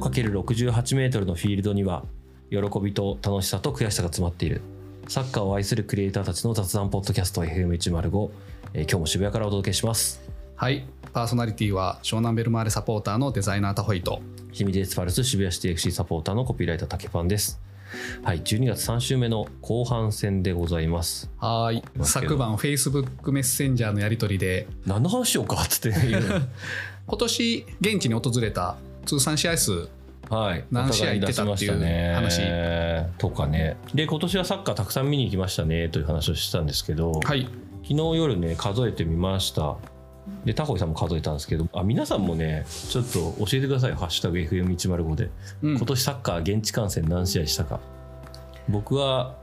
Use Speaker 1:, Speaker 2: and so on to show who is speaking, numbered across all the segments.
Speaker 1: 105×68m のフィールドには喜びと楽しさと悔しさが詰まっているサッカーを愛するクリエイターたちの雑談ポッドキャスト FM105、えー今日も渋谷からお届けします
Speaker 2: はい、パーソナリティは湘南ベルマーレサポーターのデザイナータホイと
Speaker 1: 清水エスパルス渋谷シティ FC サポーターのコピーライター竹パンですはい12月3週目の後半戦でございます
Speaker 2: はい昨晩 Facebook メッセンジャーのやり取りで
Speaker 1: 何の話しようかっつって言うの
Speaker 2: 今年現地に訪れた通算試合数
Speaker 1: はい、
Speaker 2: 何試合行ってたっていうね
Speaker 1: お互い出しましたねとかねで今年はサッカーたくさん見に行きましたねという話をしてたんですけど、
Speaker 2: はい
Speaker 1: 昨日夜ね数えてみましたでタコイさんも数えたんですけどあ皆さんもねちょっと教えてください「ハッシュタグ #FM105」で、
Speaker 2: うん
Speaker 1: 今年サッカー現地観戦何試合したか僕は、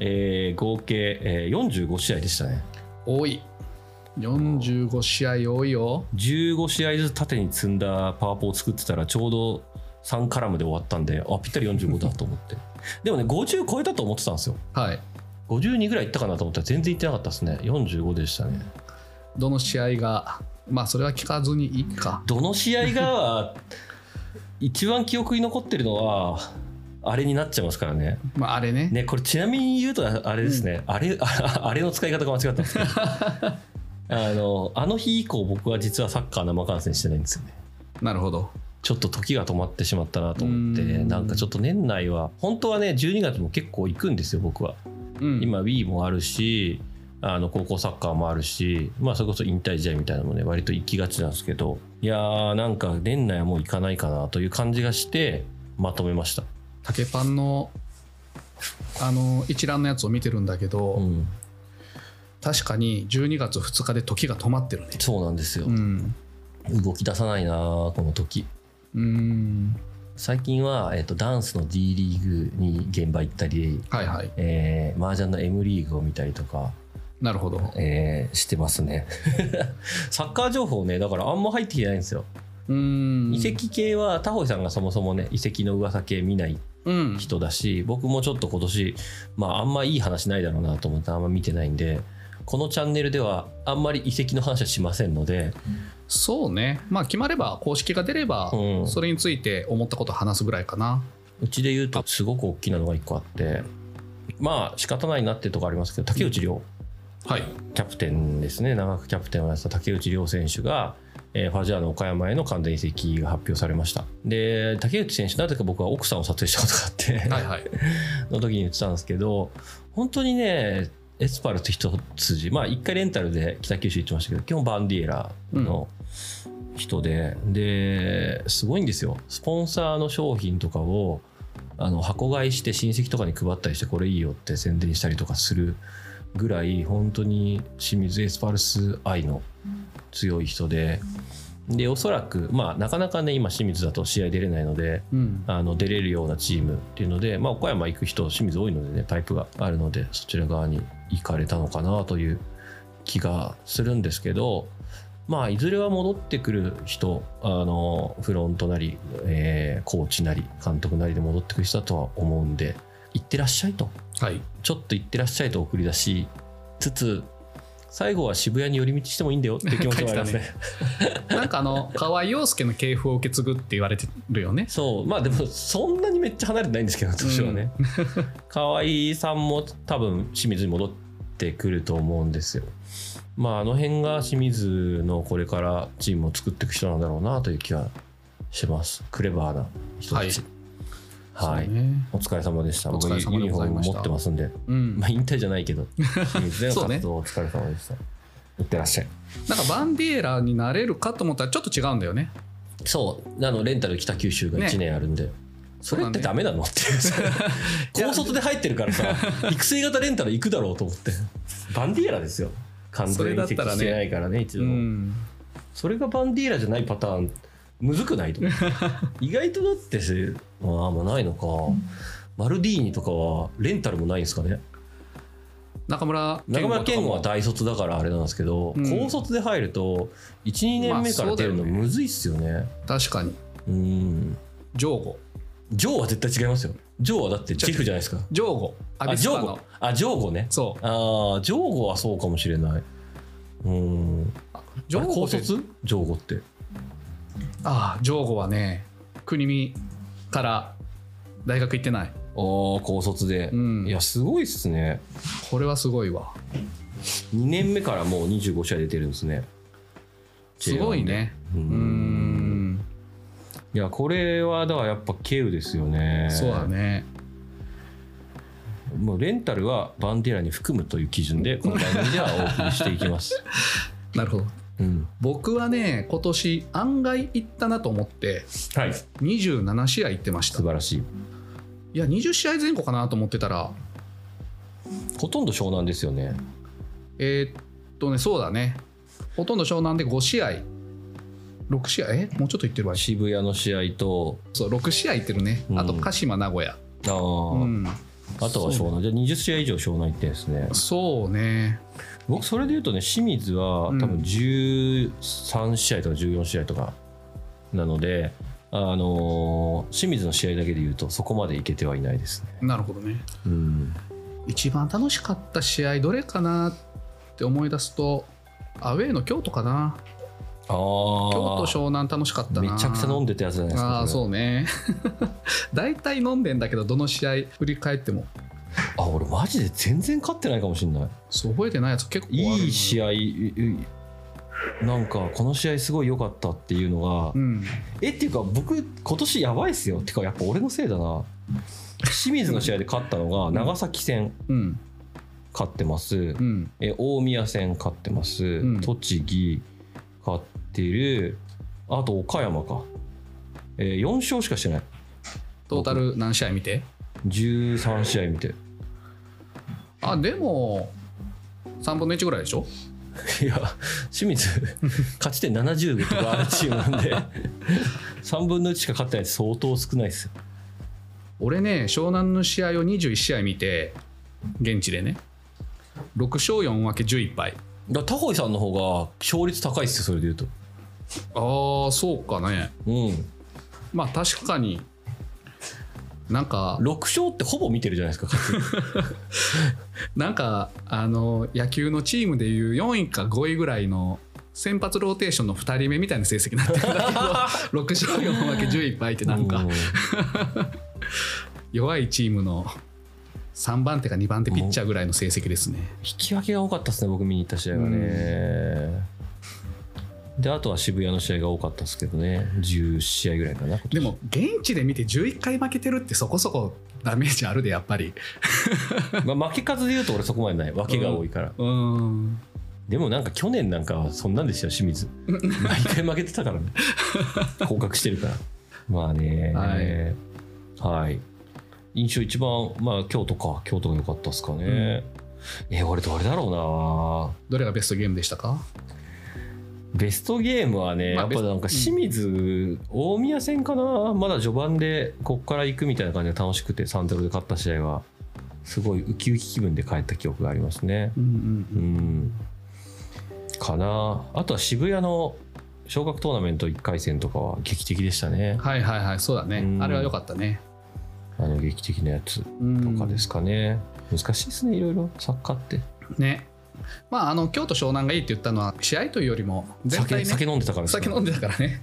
Speaker 1: えー合計、えー45試合でしたね
Speaker 2: 多い45試合多いよ
Speaker 1: 15試合ずつ縦に積んだパワポを作ってたらちょうど3カラムで終わったんであぴったり45だと思って でもね50超えたと思ってたんですよ
Speaker 2: はい
Speaker 1: 52ぐらいいったかなと思ったら全然いってなかったですね45でしたね
Speaker 2: どの試合がまあそれは聞かずにいいか
Speaker 1: どの試合が一番記憶に残ってるのはあれになっちゃいますからね
Speaker 2: まああれね
Speaker 1: ねこれちなみに言うとあれですね、あれあ あれの使い方が間違ったんですけ どあのあの日以降僕は実はサッカー生観戦してないんですよね
Speaker 2: なるほど
Speaker 1: ちょっと時が止まってしまったなと思って
Speaker 2: うん
Speaker 1: なんかちょっと年内は本当はね12月も結構行くんですよ僕は
Speaker 2: うん
Speaker 1: 今 Wii もあるしあの高校サッカーもあるしまあそれこそ引退試合みたいなのもね割と行きがちなんですけどいやーなんか年内はもう行かないかなという感じがしてまとめました、
Speaker 2: 竹パンのあの一覧のやつを見てるんだけど、
Speaker 1: うん、
Speaker 2: 確かに12月2日で時が止まってるね
Speaker 1: そうなんですよ
Speaker 2: う、ん
Speaker 1: 動き出さないなーこの時
Speaker 2: うん
Speaker 1: 最近は、えっとダンスの D リーグに現場行ったり、
Speaker 2: はいはい
Speaker 1: えー、麻雀の M リーグを見たりとか
Speaker 2: なるほど
Speaker 1: えーしてますね サッカー情報ねだからあんま入ってきてないんですよ、
Speaker 2: うん
Speaker 1: 移籍系はタホイさんがそもそもね移籍の噂系見ない
Speaker 2: うん
Speaker 1: 人だし僕もちょっと今年まああんまいい話ないだろうなと思ってあんま見てないんでこのチャンネルではあんまり移籍の話はしませんので、
Speaker 2: そうねまあ決まれば公式が出れば、
Speaker 1: うん
Speaker 2: それについて思ったことを話すぐらいかな
Speaker 1: うちで言うとすごく大きなのが1個あってまあ仕方ないなってとこありますけど竹内涼
Speaker 2: はい
Speaker 1: キャプテンですね長くキャプテンをやってた竹内涼選手が、えーファジアーノ岡山への完全移籍が発表されましたで竹内選手なぜか僕は奥さんを撮影したことがあって、
Speaker 2: はいはい
Speaker 1: の時に言ってたんですけど本当にねエスパルス一筋まあ1回レンタルで北九州行ってましたけど基本バンディエラの人で、ですごいんですよスポンサーの商品とかをあの箱買いして親戚とかに配ったりしてこれいいよって宣伝したりとかするぐらい本当に清水エスパルス愛の強い人で。でおそらく、まあ、なかなかね今清水だと試合出れないので、
Speaker 2: うん
Speaker 1: あの出れるようなチームっていうので、まあ、岡山行く人清水多いのでねパイプがあるのでそちら側に行かれたのかなという気がするんですけど、まあ、いずれは戻ってくる人あのフロントなり、えーコーチなり監督なりで戻ってくる人だとは思うんで行ってらっしゃいと
Speaker 2: はい
Speaker 1: ちょっと行ってらっしゃいと送り出しつつ最後は渋谷に寄り道してもいいんだよっていう気持ちもあります
Speaker 2: 書いてた
Speaker 1: ね。
Speaker 2: なんかあの河合陽介の系譜を受け継ぐって言われてるよね
Speaker 1: そうまあでもそんなにめっちゃ離れてないんですけど年はね、 河合さんも多分清水に戻ってくると思うんですよまああの辺が清水のこれからチームを作っていく人なんだろうなという気はしますクレバーな人たちはい、
Speaker 2: そうね
Speaker 1: お疲れ様でした。
Speaker 2: お疲れ様
Speaker 1: 僕ユ
Speaker 2: で
Speaker 1: ニフ
Speaker 2: ご
Speaker 1: ォ
Speaker 2: ざ
Speaker 1: ー
Speaker 2: い
Speaker 1: ム
Speaker 2: ました
Speaker 1: 持ってますんで、
Speaker 2: うん
Speaker 1: まあ、引退じゃないけど、清水での
Speaker 2: そうね
Speaker 1: 活動お疲れ様でした。いってらっしゃい。
Speaker 2: なんかバンディエラになれるかと思ったらちょっと違うんだよね
Speaker 1: そう、あのレンタル北九州が1年あるんで、それってダメなのっていう さ高卒で入ってるからさ、育成型レンタル行くだろうと思って、バンディエラですよ、完全に移籍してないからね、一
Speaker 2: う
Speaker 1: 度も、
Speaker 2: ん
Speaker 1: それがバンディエラじゃないパターン、むずくないと 意外とだってし、ああ、まあないのか、マルディーニとかはレンタルもないんですかね、
Speaker 2: 中村
Speaker 1: 中村健吾は
Speaker 2: とかも
Speaker 1: 大卒だからあれなんですけど、
Speaker 2: うん
Speaker 1: 高卒で入ると、1、2年目から出るの
Speaker 2: まあそうだよね
Speaker 1: むずいっすよね。
Speaker 2: 確かに
Speaker 1: うん
Speaker 2: ジョーゴ
Speaker 1: ジョーは絶対違いますよ。ジョーはだってジェフじゃないですか。
Speaker 2: ジョーゴア
Speaker 1: あ、
Speaker 2: ビ
Speaker 1: ジ
Speaker 2: ス
Speaker 1: ョ
Speaker 2: パ
Speaker 1: ーゴ
Speaker 2: の。
Speaker 1: あ、ジョーゴね。
Speaker 2: そ
Speaker 1: ああ、ジョーゴはそうかもしれない。うーん。
Speaker 2: うジョー
Speaker 1: あれ
Speaker 2: ゴ
Speaker 1: 高
Speaker 2: って
Speaker 1: 卒ジョーゴって。
Speaker 2: ああジョーゴはね国見から大学行ってない
Speaker 1: おー高卒で、
Speaker 2: うん
Speaker 1: いやすごいっすね
Speaker 2: これはすごいわ
Speaker 1: 2年目からもう25試合出てるんですね
Speaker 2: すごいね
Speaker 1: J1 でう
Speaker 2: うー
Speaker 1: ん
Speaker 2: ん
Speaker 1: いやこれはだからやっぱ経由ですよね
Speaker 2: そうだね
Speaker 1: もうレンタルはバンディラに含むという基準でこの番組ではお送りしていき ます、
Speaker 2: なるほど
Speaker 1: うん、
Speaker 2: 僕はね今年案外行ったなと思って
Speaker 1: はい
Speaker 2: 27試合行ってました
Speaker 1: 素晴らしい
Speaker 2: いや20試合前後かなと思ってたら
Speaker 1: ほとんど湘南ですよね
Speaker 2: えーっとねそうだねほとんど湘南で5試合6試合えもうちょっと行ってるわ
Speaker 1: 渋谷の試合と
Speaker 2: そう6試合行ってるね
Speaker 1: うん
Speaker 2: あと鹿島名古屋
Speaker 1: あ
Speaker 2: う
Speaker 1: ー、
Speaker 2: ん
Speaker 1: あとは湘南じゃあ20試合以上湘南行ってんですね
Speaker 2: そうね
Speaker 1: 僕それで言うとね清水は多
Speaker 2: うん
Speaker 1: 分13試合とか14試合とかなので、あのー清水の試合だけで言うとそこまでいけてはいないですね、
Speaker 2: なるほどね
Speaker 1: うん、
Speaker 2: 一番楽しかった試合どれかなって思い出すとアウェーの京都かな
Speaker 1: ああ
Speaker 2: 京都湘南楽しかった
Speaker 1: め
Speaker 2: な
Speaker 1: ちゃくちゃ飲ん
Speaker 2: で
Speaker 1: でたやつじゃないですか
Speaker 2: ああー
Speaker 1: それ
Speaker 2: そうね 大体飲んでんだけどどの試合振り返っても
Speaker 1: あ俺マジで全然勝ってないかもしれない
Speaker 2: そう覚えてないやつ結構ある
Speaker 1: いい試合ううなんかこの試合すごい良かったっていうのが、
Speaker 2: うん
Speaker 1: えっていうか僕今年やばいっすよってかやっぱ俺のせいだな清水の試合で勝ったのが長崎戦
Speaker 2: うん
Speaker 1: 勝ってます、
Speaker 2: うん
Speaker 1: え大宮戦勝ってます、
Speaker 2: ん
Speaker 1: 栃木勝ってるあと岡山か、えー4勝しかしてない
Speaker 2: トータル何試合見て
Speaker 1: 13試合見て
Speaker 2: あでも3分の1ぐらいでしょ
Speaker 1: いや清 水勝ち点70とかあるチームなん で3分の1しか勝ってないって相当少ないですよ
Speaker 2: 俺ね湘南の試合を21試合見て現地でね6勝4分け11敗
Speaker 1: だからタホイさんの方が勝率高いっすよそれでいうと
Speaker 2: ああそうかね
Speaker 1: うん
Speaker 2: まあ確かになんか
Speaker 1: 6勝ってほぼ見てるじゃないですか勝率
Speaker 2: なんかあの野球のチームでいう4位か5位ぐらいの先発ローテーションの2人目みたいな成績になってるんだけど 6勝4分け11敗って なんか
Speaker 1: う
Speaker 2: 弱いチームの3番手か2番手ピッチャーぐらいの成績ですね
Speaker 1: 引き分けが多かったですね僕見に行った試合はね、であとは渋谷の試合が多かったですけどね10試合ぐらいか な今年
Speaker 2: でも現地で見て11回負けてるってそこそこダメージあるでやっぱり
Speaker 1: まあ負け数でいうと俺そこまでない分けが多いから、
Speaker 2: うん
Speaker 1: でもなんか去年なんかはそんなんですよ清水毎回負けてたから ね降格してるからまあねはい、印象一番まあ京都か京都が良かったですかね、え俺どれだろうな
Speaker 2: どれがベストゲームでしたか
Speaker 1: ベストゲームはね、
Speaker 2: まあ
Speaker 1: やっぱなんか
Speaker 2: ベス
Speaker 1: 清水、大宮戦かな、まだ序盤でこっから行くみたいな感じで楽しくて、3-0で勝った試合は、すごいウキウキ気分で帰った記憶がありますね。
Speaker 2: うんうん
Speaker 1: うん。かな、あとは渋谷の昇格トーナメント1回戦とかは劇的でしたね、
Speaker 2: はいはいはいそうだね、
Speaker 1: うん
Speaker 2: あれは良かったね
Speaker 1: あの劇的なやつとかですかね。難しいですね、いろいろ、サッカーって。
Speaker 2: ねまああの京都湘南がいいって言ったのは試合というよりも全体、
Speaker 1: 酒
Speaker 2: ね、
Speaker 1: 酒飲んでたからですか
Speaker 2: 酒飲んでたか らね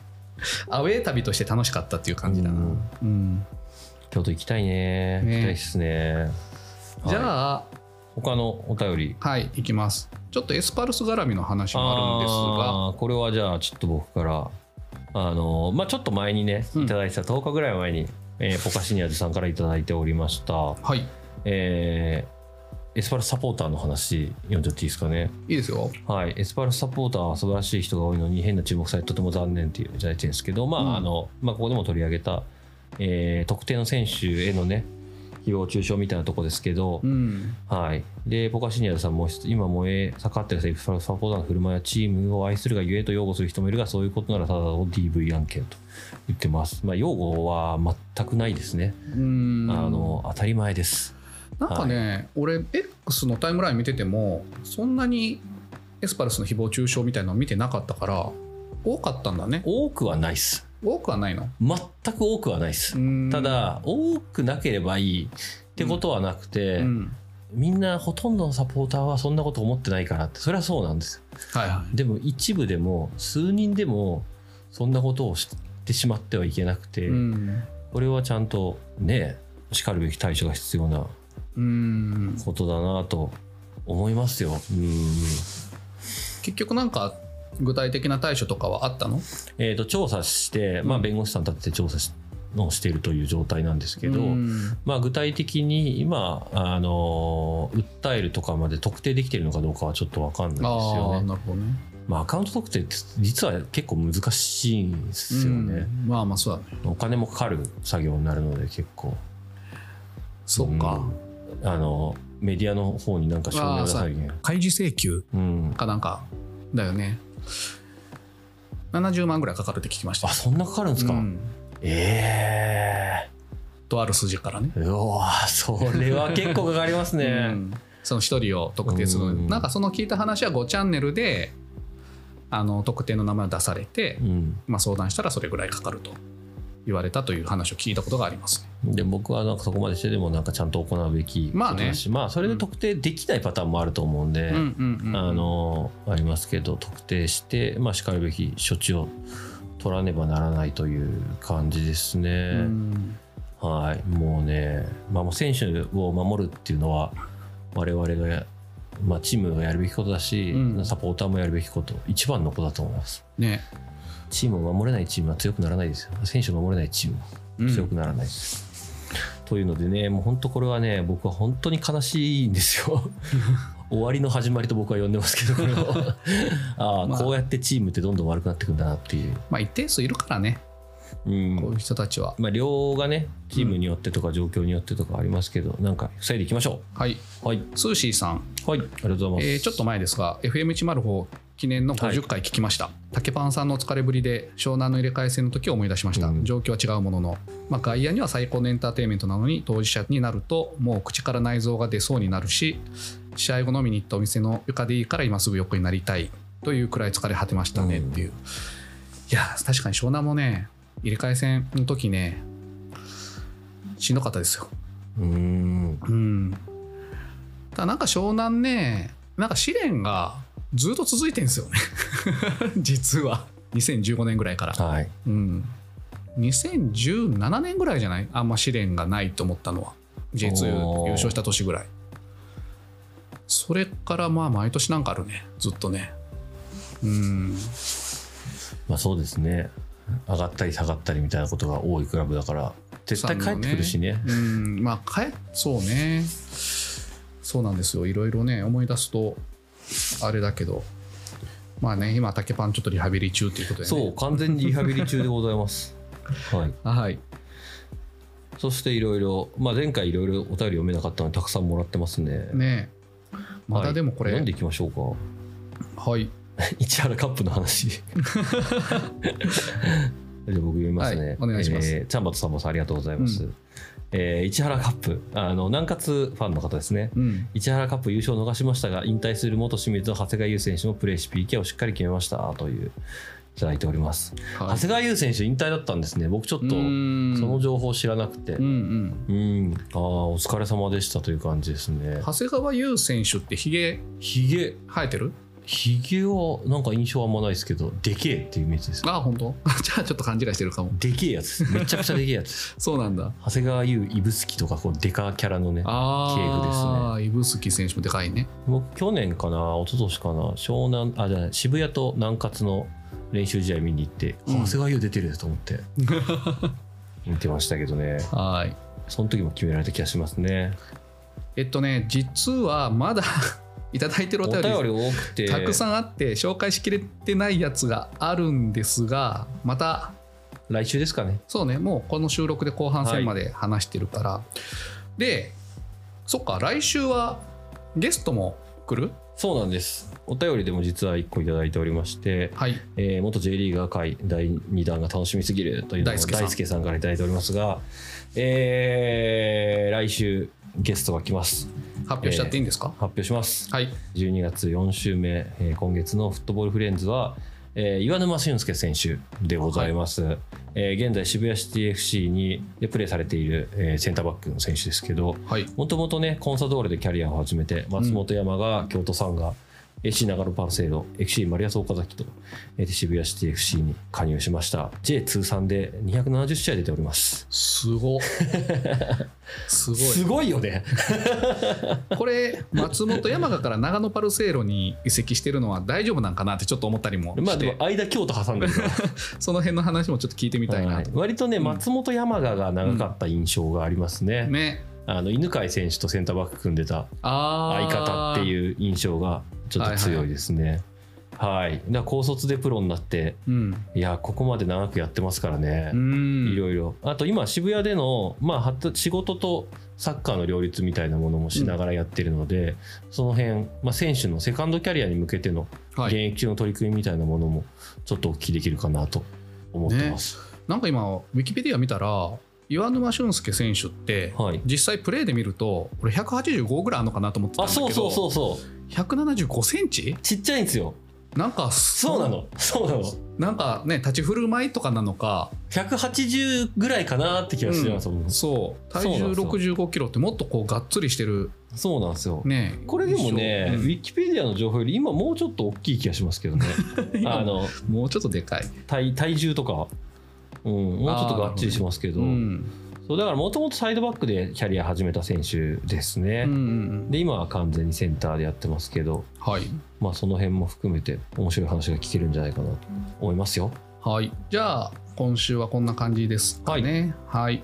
Speaker 2: アウェー旅として楽しかったっていう感じだな、
Speaker 1: うん
Speaker 2: うん
Speaker 1: 京都行きたいね、
Speaker 2: ね
Speaker 1: 行きたいですね。
Speaker 2: じ
Speaker 1: はい
Speaker 2: ゃあ
Speaker 1: 他のお便り
Speaker 2: はい行きますちょっとエスパルス絡みの話もあるんですが
Speaker 1: あーこれはじゃあちょっと僕からあのまあちょっと前にね
Speaker 2: うん
Speaker 1: いただいてた10日ぐらい前に、えーポカシニアズさんからいただいておりました
Speaker 2: はいい
Speaker 1: えーエスパルスサポーターの話読んじゃっていいですかね
Speaker 2: いですよ
Speaker 1: はいエスパルスサポーターは素晴らしい人が多いのに変な注目されてとても残念っていういただいてるんですけどまあ、
Speaker 2: うん
Speaker 1: あのまあここでも取り上げた、えー特定の選手へのね誹謗中傷みたいなとこですけど、
Speaker 2: うん
Speaker 1: はい、でポカシニアルさんも今燃え盛ってるエスパルスサポーターの振る舞いはチームを愛するがゆえと擁護する人もいるがそういうことならただの DV 案件と言ってます、まあ、擁護は全くないですね、
Speaker 2: うん
Speaker 1: あの当たり前です
Speaker 2: なんかね、俺 X のタイムライン見ててもそんなにエスパルスの誹謗中傷みたいなの見てなかったから多かったんだね
Speaker 1: 多くはないです
Speaker 2: 多くはないの
Speaker 1: 全く多くはないですただ多くなければいいってことはなくて、
Speaker 2: うん
Speaker 1: みんなほとんどのサポーターはそんなこと思ってないからってそれはそうなんですよ
Speaker 2: はいはい
Speaker 1: でも一部でも数人でもそんなことをしってしまってはいけなくて、
Speaker 2: うん
Speaker 1: これはちゃんとねしかるべき対処が必要な
Speaker 2: うん
Speaker 1: ことだなと思いますよ。うん
Speaker 2: 結局なんか具体的な対処とかはあったの
Speaker 1: えー、と調査して、まあ、
Speaker 2: うん
Speaker 1: 弁護士さん立てて調査しのしているという状態なんですけど、
Speaker 2: うん
Speaker 1: まあ、具体的に今、あのー訴えるとかまで特定できているのかどうかはちょっと分かんないです
Speaker 2: あ
Speaker 1: よ
Speaker 2: あ
Speaker 1: ね。
Speaker 2: なるほどね
Speaker 1: まあ、アカウント特定って実は結構難しいんですよね、
Speaker 2: うんまあまあそうだね
Speaker 1: お金もかかる作業になるので結構
Speaker 2: そっか、
Speaker 1: うんあのメディアの方になんか証明がされる
Speaker 2: 開示請求
Speaker 1: うん
Speaker 2: かなんかだよね70万ぐらいかかるって聞きました
Speaker 1: あそんなかかるんですか、
Speaker 2: うん
Speaker 1: え
Speaker 2: とある筋からね
Speaker 1: えうわーそれは結構かかりますね、
Speaker 2: うんその一人を特定するの
Speaker 1: うん
Speaker 2: になんかその聞いた話は5チャンネルであの特定の名前を出されて、
Speaker 1: うん
Speaker 2: まあ、相談したらそれぐらいかかると言われたという話を聞いたことがありますね
Speaker 1: で僕はなんかそこまでしてでもなんかちゃんと行うべき
Speaker 2: まあね
Speaker 1: ことだし、まあそれで特定できないパターンもあると思うんで、
Speaker 2: うんうんうん
Speaker 1: あのありますけど特定して、まあ、しかるべき処置を取らねばならないという感じです
Speaker 2: う
Speaker 1: ね。
Speaker 2: ん
Speaker 1: はいもうね、まあ、もう選手を守るっていうのは我々がや、まあ、チームがやるべきことだし、
Speaker 2: うん
Speaker 1: サポーターもやるべきこと一番のことだと思います。
Speaker 2: ね、
Speaker 1: チームを守れないチームは強くならないですよ。選手を守れないチームは
Speaker 2: うん
Speaker 1: 強くならないです。というのでね、もう本当これはね、僕は本当に悲しいんですよ。 終わりの始まりと僕は呼んでますけど、これをああ、
Speaker 2: まあ
Speaker 1: こうやってチームってどんどん悪くなってくんだなっていう。
Speaker 2: まあ一定数いるからね
Speaker 1: うん
Speaker 2: こういう人たちは、
Speaker 1: まあ、量がね、チームによってとか状況によってとかありますけど、なんか防いでいきましょ。
Speaker 2: はいう
Speaker 1: はい。
Speaker 2: スーシーさん
Speaker 1: はい。ありがとうございます。
Speaker 2: えーちょっと前ですが FM104 記念の50回聞きました、竹パンさんのお疲れぶりで湘南の入れ替え戦の時を思い出しました、
Speaker 1: うん
Speaker 2: 状況は違うものの、まあ、外野には最高のエンターテインメントなのに当事者になるともう口から内臓が出そうになるし試合後飲みに行ったお店の床でいいから今すぐ横になりたいというくらい疲れ果てましたねっていう、いやー確かに湘南もね入れ替え戦の時ねしんどかったですよ
Speaker 1: うーん。
Speaker 2: うん、ただなんか湘南ねなんか試練がずっと続いてんですよね 実は2015年ぐらいから、
Speaker 1: はい。
Speaker 2: うん、2017年ぐらいじゃないあんま試練がないと思ったのは J2
Speaker 1: おー
Speaker 2: 優勝した年ぐらいそれからまあ毎年なんかあるねずっとねうん
Speaker 1: まあそうですね。上がったり下がったりみたいなことが多いクラブだから、絶対帰ってくるしね。
Speaker 2: うんまあ帰っそうねそうなんですよいろいろね思い出すとあれだけどまあね今竹パンちょっとリハビリ中ということで、ね、
Speaker 1: そう、完全にリハビリ中でござい ます。はい。
Speaker 2: はい
Speaker 1: そしていろいろ、まあ、前回いろいろお便り読めなかったのでたくさんもらってますね。
Speaker 2: ねま
Speaker 1: は
Speaker 2: た
Speaker 1: い
Speaker 2: でもこれ、は
Speaker 1: 読んで
Speaker 2: い
Speaker 1: いきましょうか。市原カップの 話。じゃあ僕読みますね。
Speaker 2: はいお願いします
Speaker 1: えー、チャンバとサンボさんありがとうございます。
Speaker 2: う
Speaker 1: えー市原カップ、あの南葛ファンの方ですね。
Speaker 2: うん
Speaker 1: 市原カップ優勝を逃しましたが、引退する元清水の長谷川優選手もプレーし PK をしっかり決めましたという、いただいております。
Speaker 2: はい
Speaker 1: 長谷川優選手引退だったんですね。僕ちょっと
Speaker 2: うーん
Speaker 1: その情報知らなくて。
Speaker 2: うんうん
Speaker 1: うん、ああお疲れ様でしたという感じですね。
Speaker 2: 長谷川優選手ってひげ
Speaker 1: ひげ
Speaker 2: 生えてる
Speaker 1: ひげはなんか印象あんまないですけどでけえっていうイメージです。
Speaker 2: あ本当 じゃあちょっと勘違いしてるかも
Speaker 1: でけえやつですめちゃくちゃでけえやつで す。
Speaker 2: そうなんだ
Speaker 1: 長谷川優指宿とかこうデカキャラのね
Speaker 2: ああ、イブスキ選手もでかいね
Speaker 1: 僕去年かな一昨年かな湘南あじゃない渋谷と南葛の練習試合見に行って、
Speaker 2: う
Speaker 1: 長
Speaker 2: ん
Speaker 1: 谷川優出てると思って 見てましたけどね
Speaker 2: はい
Speaker 1: その時も決められた気がしますね。
Speaker 2: えっとね実はまだ いただいてる
Speaker 1: お
Speaker 2: お
Speaker 1: 便
Speaker 2: 便り
Speaker 1: り多くて
Speaker 2: たく
Speaker 1: ん
Speaker 2: さんあって紹介しきれてないやつがあるんですがまた
Speaker 1: 来週ですかね。
Speaker 2: そうねもうこの収録で後半戦まで話してるから、でそっか来週はゲストも来る
Speaker 1: そうなんですお便りでも実は1個いただいておりまして、
Speaker 2: はい
Speaker 1: えー元 J リーガー界第2弾が楽しみすぎるというのを
Speaker 2: 大輔さん
Speaker 1: 大輔さんからいただいておりますが、えー来週ゲストが来ます
Speaker 2: 発表しちゃっていいんですか、
Speaker 1: 発表します
Speaker 2: はい
Speaker 1: 12月4週目、えー今月のフットボールフレンズは、えー岩沼俊介選手でございます、えー現在渋谷シティ FC にでプレーされている、えーセンターバックの選手ですけど
Speaker 2: はい
Speaker 1: もともとねコンサドーレでキャリアを始めて松本山が、京都サンガ AC 長野パルセイド、FC マリアス岡崎と、えー渋谷シティ FC に加入しました。J 通算で270試合出ております。
Speaker 2: す ごすごい
Speaker 1: すごいよ ね。
Speaker 2: これ松本山雅から長野パルセイロに移籍してるのは大丈夫なんかなってちょっと思ったりもして、
Speaker 1: まあでも間京都挟んでるから
Speaker 2: その辺の話もちょっと聞いて みたい
Speaker 1: は
Speaker 2: ないと、
Speaker 1: 割とね、
Speaker 2: うん
Speaker 1: 松本山雅が長かった印象がありますね。
Speaker 2: ね
Speaker 1: あの犬飼選手とセンターバック組んでた
Speaker 2: あ
Speaker 1: 相方って
Speaker 2: う、
Speaker 1: いう印象がちょっと強いですね。はい、だから高卒でプロになって、
Speaker 2: うん、
Speaker 1: いや、ここまで長くやってますからね
Speaker 2: う。ん
Speaker 1: いろいろ。あと今、渋谷での、まあはた、仕事とサッカーの両立みたいなものもしながらやってるので、その辺、まあ、選手のセカンドキャリアに向けての
Speaker 2: は
Speaker 1: 現
Speaker 2: い、
Speaker 1: 役中の取り組みみたいなものも、ちょっとお聞きできるかなと思ってます。
Speaker 2: なんか今ウィキペディア見たら岩沼俊介選手って
Speaker 1: はい。
Speaker 2: 実際プレーで見るとこれ185ぐらいあるのかなと思ってたん
Speaker 1: あ、
Speaker 2: だけど
Speaker 1: そうそうそうそう。
Speaker 2: 175センチ
Speaker 1: ちっちゃいんですよ。
Speaker 2: なんか
Speaker 1: そうなの。そうなの。
Speaker 2: なんかね立ち振る舞いとかなのか
Speaker 1: 180ぐらいかなって気がしてます、僕
Speaker 2: そう体
Speaker 1: そう
Speaker 2: 重
Speaker 1: なんですよ
Speaker 2: 6 5キロってもっとこうがっつりしてる
Speaker 1: そうなんですよ。
Speaker 2: ね
Speaker 1: これでもね、ウ
Speaker 2: 印象
Speaker 1: ィキペディアの情報より今もうちょっと大きい気がしますけど ね。
Speaker 2: うん
Speaker 1: あの
Speaker 2: もうちょっとでかい、
Speaker 1: 体体重とか、うん、もうちょっとがっちりしますけど、
Speaker 2: うん
Speaker 1: そうだからもともとサイドバックでキャリア始めた選手です
Speaker 2: う
Speaker 1: ね
Speaker 2: んう。ん
Speaker 1: で、今は完全にセンターでやってますけど、
Speaker 2: はい
Speaker 1: まあその辺も含めて面白い話が聞けるんじゃないかなと思いますよ。
Speaker 2: はい、じゃあ今週はこんな感じですかね。はい、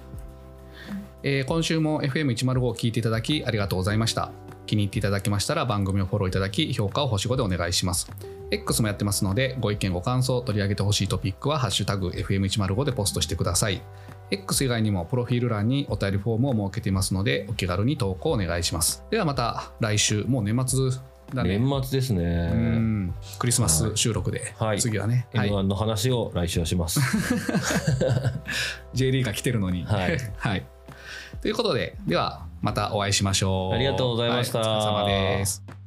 Speaker 2: えー今週も FM105 を聞いていただきありがとうございました。気に入っていただけましたら番組をフォローいただき評価を星5でお願いします。X もやってますのでご意見ご感想取り上げてほしいトピックは「ハッシュタグ #FM105」でポストしてください。X 以外にもプロフィール欄にお便りフォームを設けていますのでお気軽に投稿お願いします。ではまた来週もう年末だね。
Speaker 1: 年末です
Speaker 2: う
Speaker 1: ね。
Speaker 2: んクリスマス収録で、
Speaker 1: はい
Speaker 2: 次はね、はい
Speaker 1: M1 の話を来週はします。
Speaker 2: J リーが来てるのに。
Speaker 1: はい
Speaker 2: はいということで、ではまたお会いしましょう。
Speaker 1: ありがとうございました
Speaker 2: はいお疲れ様です。